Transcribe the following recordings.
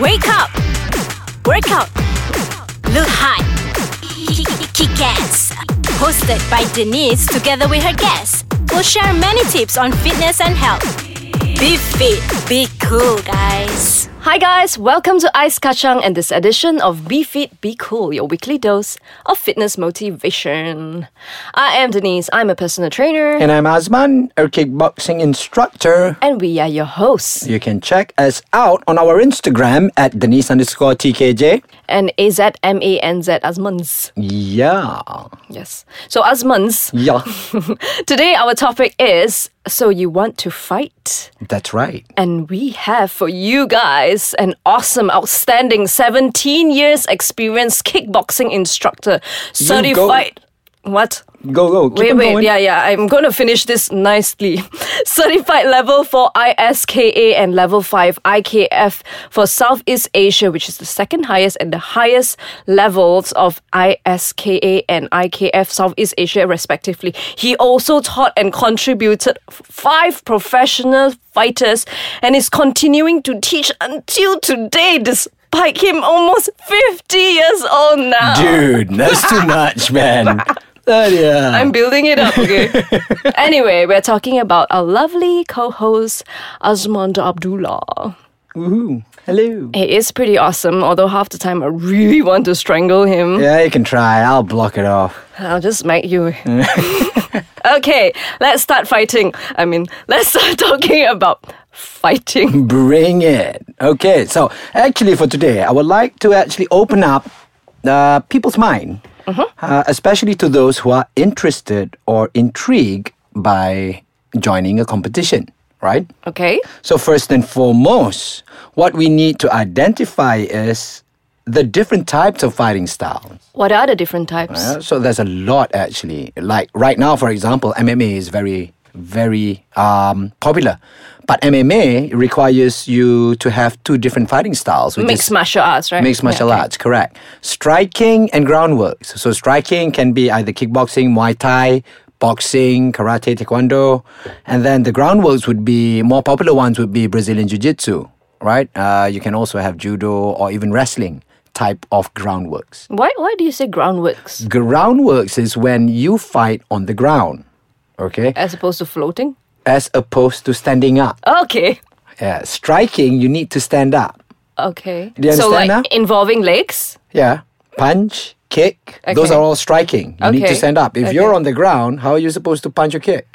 Wake up! Work out! Look hot! Kick ass! Hosted by Denise together with her guests. We'll share many tips on fitness and health. Be fit, be cool, guys. Hi guys, welcome to Ice Kachang and this edition of Be Fit, Be Cool, your weekly dose of fitness motivation. I am Denise, I'm a personal trainer, And I'm Azman, a kickboxing instructor. and we are your hosts. You can check us out on our Instagram at Denise underscore TKJ. And AZMANZ Asmans. Yeah. Yes. So Asmans, Yeah. today our topic is So You Want to Fight? That's right. And we have for you guys an awesome, outstanding 17 years experience kickboxing instructor, You go. certified. What? Go, go. Keep Wait, on wait, going. yeah, yeah. I'm going to finish this nicely. Certified level 4 ISKA and level 5 IKF for Southeast Asia, which is the second highest and the highest levels of ISKA and IKF Southeast Asia, respectively. He also taught and contributed f- five professional fighters and is continuing to teach until today, despite him almost 50 years old now. Dude, that's too much, man. That, yeah. I'm building it up, okay? anyway, we're talking about our lovely co host, Azmanda Abdullah. Woohoo. Hello. He is pretty awesome, although half the time I really want to strangle him. Yeah, you can try. I'll block it off. I'll just smack you. okay, let's start fighting. I mean, let's start talking about fighting. Bring it. Okay, so actually for today, I would like to actually open up uh, people's mind, uh, especially to those who are interested or intrigued by joining a competition, right? Okay? So, first and foremost, what we need to identify is the different types of fighting styles. What are the different types? Yeah, Uh, so there's a lot actually. Like right now, for example, MMA is very, very um, popular, but MMA requires you to have two different fighting styles. Which Mixed is martial arts, right? Mixed martial Yeah, okay. arts, correct. Striking and groundwork. So striking can be either kickboxing, Muay Thai, boxing, karate, taekwondo, and then the groundworks would be more popular ones would be Brazilian jiu-jitsu, right? Uh, you can also have judo or even wrestling type of groundworks. Why, why do you say groundworks Groundworks is when you fight on the ground, okay? as opposed to floating? As opposed to standing up. Okay. Yeah, striking, you need to stand up. Okay. Do you so, like, understand now? involving legs? Yeah, punch, kick, those Okay. are all striking. You need Okay. to stand up. If you're on the ground, how are you supposed to punch or kick?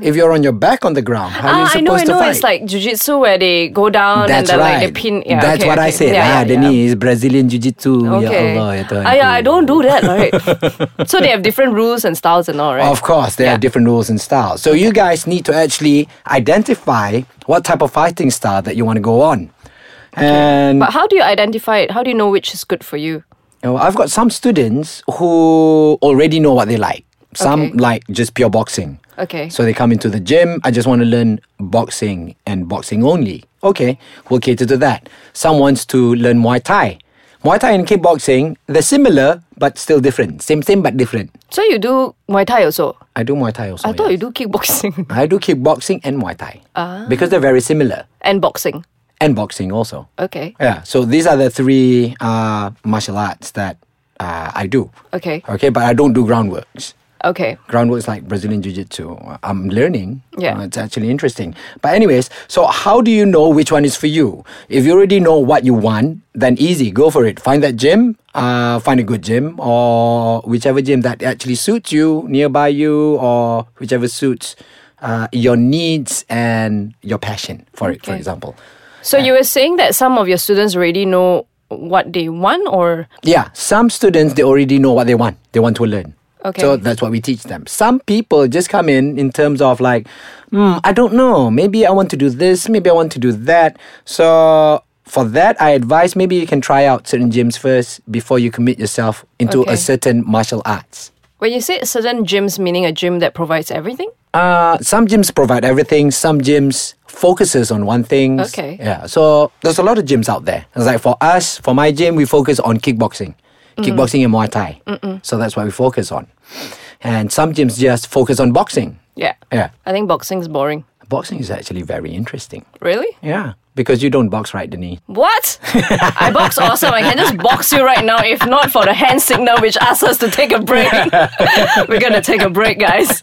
If you're on your back on the ground, how are you Ah, I supposed know, I to know. fight? It's like jujitsu where they go down and That's then right. like they pin. Yeah, That's okay, what I okay. said. Yeah, ah, yeah, yeah. Denise, Brazilian oh, Jiu Jitsu. Okay. Ya Allah, ya Tuhan Ah, yeah, I ku. don't do that, right? so they have different rules and styles and all, right? Of course, there Yeah. are different rules and styles. So you guys need to actually identify what type of fighting style that you want to go on. And But how do you identify it? How do you know which is good for you? you know, I've got some students who already know what they like. Some Okay. like just pure boxing. Okay. So they come into the gym. I just want to learn boxing and boxing only. Okay, we'll cater to that. Some wants to learn Muay Thai. Muay Thai and kickboxing, they're similar but still different. Same, same but different. So you do Muay Thai also? I do Muay Thai also. I thought Oh, yes. you do kickboxing I do kickboxing and Muay Thai because they're very similar, and boxing. and boxing also. Okay. Yeah, so these are the three uh, martial arts that uh, I do. Okay. Okay, but I don't do groundworks. Okay. Groundworks like Brazilian Jiu Jitsu. I'm learning. Yeah. Uh, it's actually interesting. But, anyways, so how do you know which one is for you? If you already know what you want, then easy, go for it. Find that gym, uh, find a good gym, or whichever gym that actually suits you, nearby you, or whichever suits uh, your needs and your passion for it, for Okay. example. So you were saying that some of your students already know what they want or Yeah, some students they already know what they want. They want to learn. Okay. So that's what we teach them. Some people just come in in terms of like, hmm, I don't know. Maybe I want to do this. Maybe I want to do that. So for that, I advise maybe you can try out certain gyms first before you commit yourself into Okay. a certain martial arts. when you say certain gyms meaning a gym that provides everything? Uh, some gyms provide everything. Some gyms focuses on one thing. Okay. Yeah. So there's a lot of gyms out there. It's like for us, for my gym, we focus on kickboxing, kickboxing and Muay Thai. So that's what we focus on. And some gyms just focus on boxing. Yeah. Yeah. I think boxing is boring. Boxing is actually very interesting. Really? Yeah, because you don't box right, Denise. What? I box awesome. I can just box you right now. If not for the hand signal, which asks us to take a break, we're gonna take a break, guys.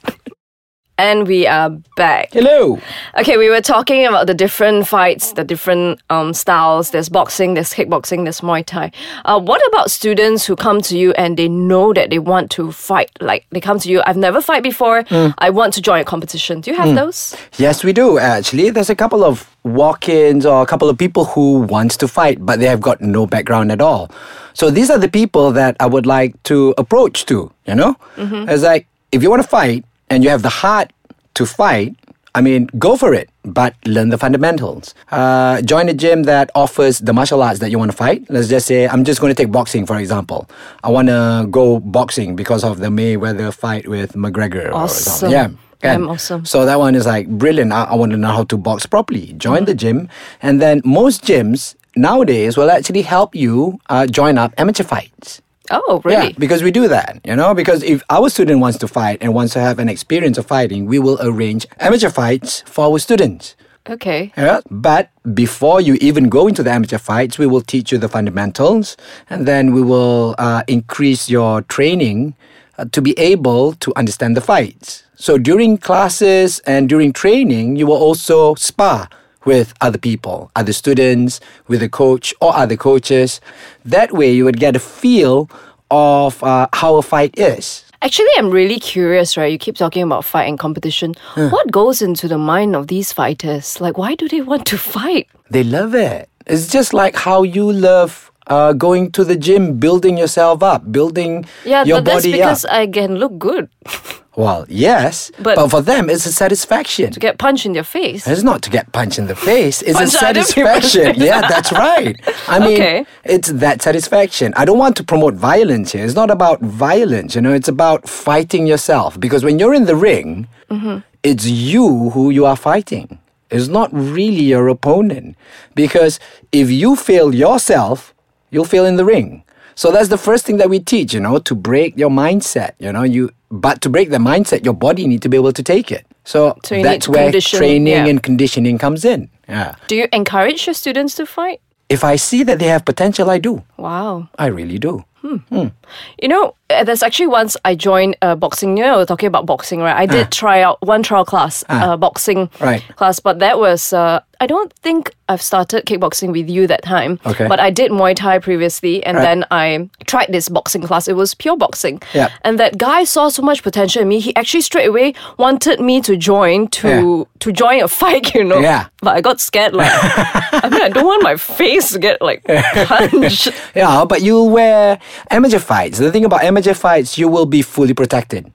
And we are back. Hello. Okay, we were talking about the different fights, the different um, styles. There's boxing, there's kickboxing, there's Muay Thai. Uh, what about students who come to you and they know that they want to fight? Like they come to you, I've never fight before. I want to join a competition. Do you have those? Yes, we do actually. There's a couple of walk-ins or a couple of people who wants to fight, but they have got no background at all. So these are the people that I would like to approach to. You know, Mm-hmm. it's like if you want to fight and you have the heart to fight. I mean, go for it, but learn the fundamentals. Uh, join a gym that offers the martial arts that you want to fight. Let's just say I'm just going to take boxing for example. I want to go boxing because of the Mayweather fight with McGregor. or Awesome. something. Yeah, Damn and awesome. So that one is like brilliant. I, I want to know how to box properly. Join the gym, and then most gyms nowadays will actually help you uh, join up amateur fights. Oh, really? Yeah, because we do that, you know. Because if our student wants to fight and wants to have an experience of fighting, we will arrange amateur fights for our students. Okay. Yeah, but before you even go into the amateur fights, we will teach you the fundamentals, and then we will uh, increase your training uh, to be able to understand the fights. So during classes and during training, you will also spar with other people, other students, with a coach or other coaches. That way, you would get a feel of uh, how a fight is. Actually, I'm really curious, right? You keep talking about fight and competition. What goes into the mind of these fighters? Like, why do they want to fight? They love it. It's just like how you love uh, going to the gym, building yourself up, building Yeah, your but that's body because up. I can look good. Well, yes, but, But- for them, it's a satisfaction. Get punched in their face. It's not to get punched in the face. It's a Punch other people's satisfaction. Yeah, that's right. I mean, Okay. it's that satisfaction. I don't want to promote violence here. It's not about violence, you know, it's about fighting yourself. Because when you're in the ring, Mm-hmm. it's you who you are fighting. It's not really your opponent. Because if you fail yourself, you'll fail in the ring. So that's the first thing that we teach, you know, to break your mindset, you know, you but to break the mindset, your body need to be able to take it. So, So you need that's to where condition- training yeah. and conditioning comes in. Yeah. Do you encourage your students to fight? If I see that they have potential, I do. Wow. I really do. You know, uh, there's actually once I joined uh, boxing. You know, we're talking about boxing, right? I did try out one trial class, uh, boxing Ah. Right. class, but that was, uh, I don't think I've started kickboxing with you that time. Okay. But I did Muay Thai previously, and Right. then I tried this boxing class. It was pure boxing. Yeah. And that guy saw so much potential in me. He actually straight away wanted me to join to Yeah. to join a fight. You know. Yeah. But I got scared. Like, I mean, I don't want my face to get like punched. Yeah, but you'll wear amateur fights. The thing about amateur fights, you will be fully protected.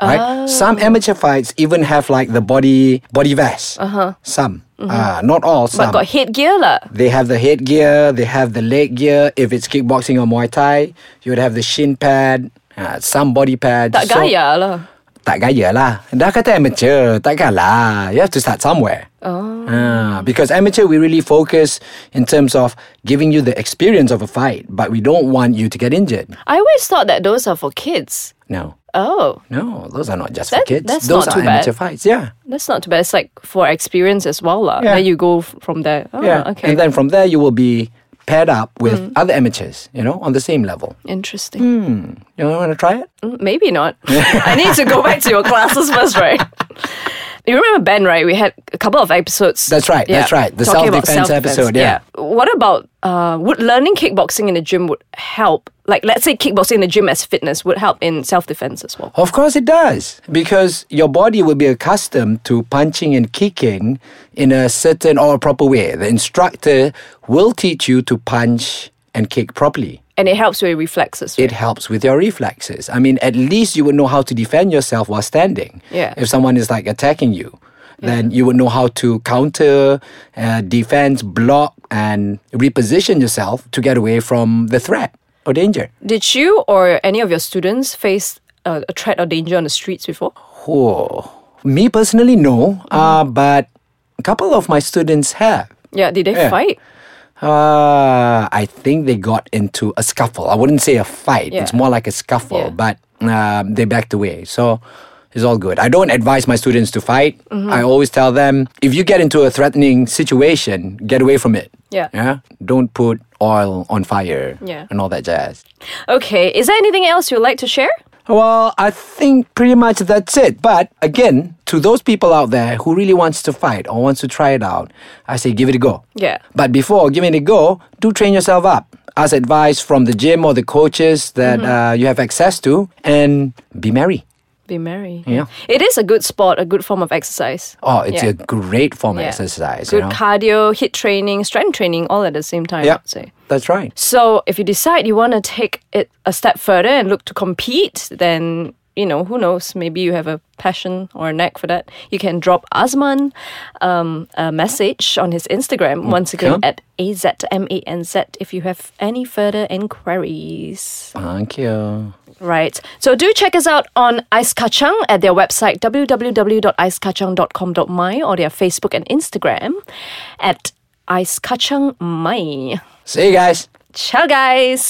Right? Some Oh. amateur fights even have like the body body vest. Uh-huh. Some. Uh, not all, Mm-hmm. some. but got headgear lah. They have the headgear, they have the leg gear. If it's kickboxing or Muay Thai, you would have the shin pad, uh, some body pads. Tak So- gaya lah. Tak gaya lah. Dah kata amateur, takkan lah. You have to start somewhere. Oh. because amateur, we really focus in terms of giving you the experience of a fight, but we don't want you to get injured. I always thought that those are for kids. No. Oh, No, those are not just for That- kids. that's those not are too bad. amateur fights, yeah. that's not too bad. It's like for experience as well, lah. Yeah. Then you go f- from there. Oh, yeah. okay. Mm. And then from there, you will be paired up with other amateurs, you know, on the same level. Interesting. Hmm. You want to try it? Mm, Maybe not. I need to go back to your classes first, right? You remember Ben, right? We had a couple of episodes. That's right, that's right. The talking about self-defense episode, yeah. What about uh, would learning kickboxing in the gym would help? Like, let's say kickboxing in the gym as fitness would help in self defense as well. Of course it does. Because your body will be accustomed to punching and kicking in a certain or proper way. The instructor will teach you to punch and kick properly. And it helps with your reflexes. It helps with your reflexes. I mean, at least you would know how to defend yourself while standing. Yeah. If someone is like attacking you, then you would know how to counter, uh, defense, block, and reposition yourself to get away from the threat or danger. Did you or any of your students face uh, a threat or danger on the streets before? Oh, me personally, no. Uh, but a couple of my students have. Yeah, did they Yeah. fight? Uh, I think they got into a scuffle. I wouldn't say a fight. It's Yeah. more like a scuffle, Yeah. but um, they backed away. So, It's all good. I don't advise my students to fight. Mm-hmm. I always tell them if you get into a threatening situation, get away from it. Yeah. Yeah. Don't put oil on fire. Yeah. And all that jazz. Okay, is there anything else you'd like to share? Well, I think pretty much that's it. But again, to those people out there who really wants to fight or wants to try it out, I say give it a go. Yeah. But before giving it a go, do train yourself up. Ask advice from the gym or the coaches that Mm-hmm. uh, you have access to, and be merry. Be merry. Yeah. It is a good sport, a good form of exercise. Oh, it's Yeah. a great form of Yeah. exercise. Good you know? cardio, hit training, strength training, all at the same time, Yeah, I'd say. that's right. So if you decide you want to take it a step further and look to compete, then you know who knows. Maybe you have a passion or a knack for that. You can drop Azman um, a message on his Instagram once again Okay. at azmanz if you have any further inquiries. Thank you. Right. So do check us out on Ice Kacang at their website www.icekacang.com.my or their Facebook and Instagram at Ice Kacang Mai. See you guys. Ciao, guys.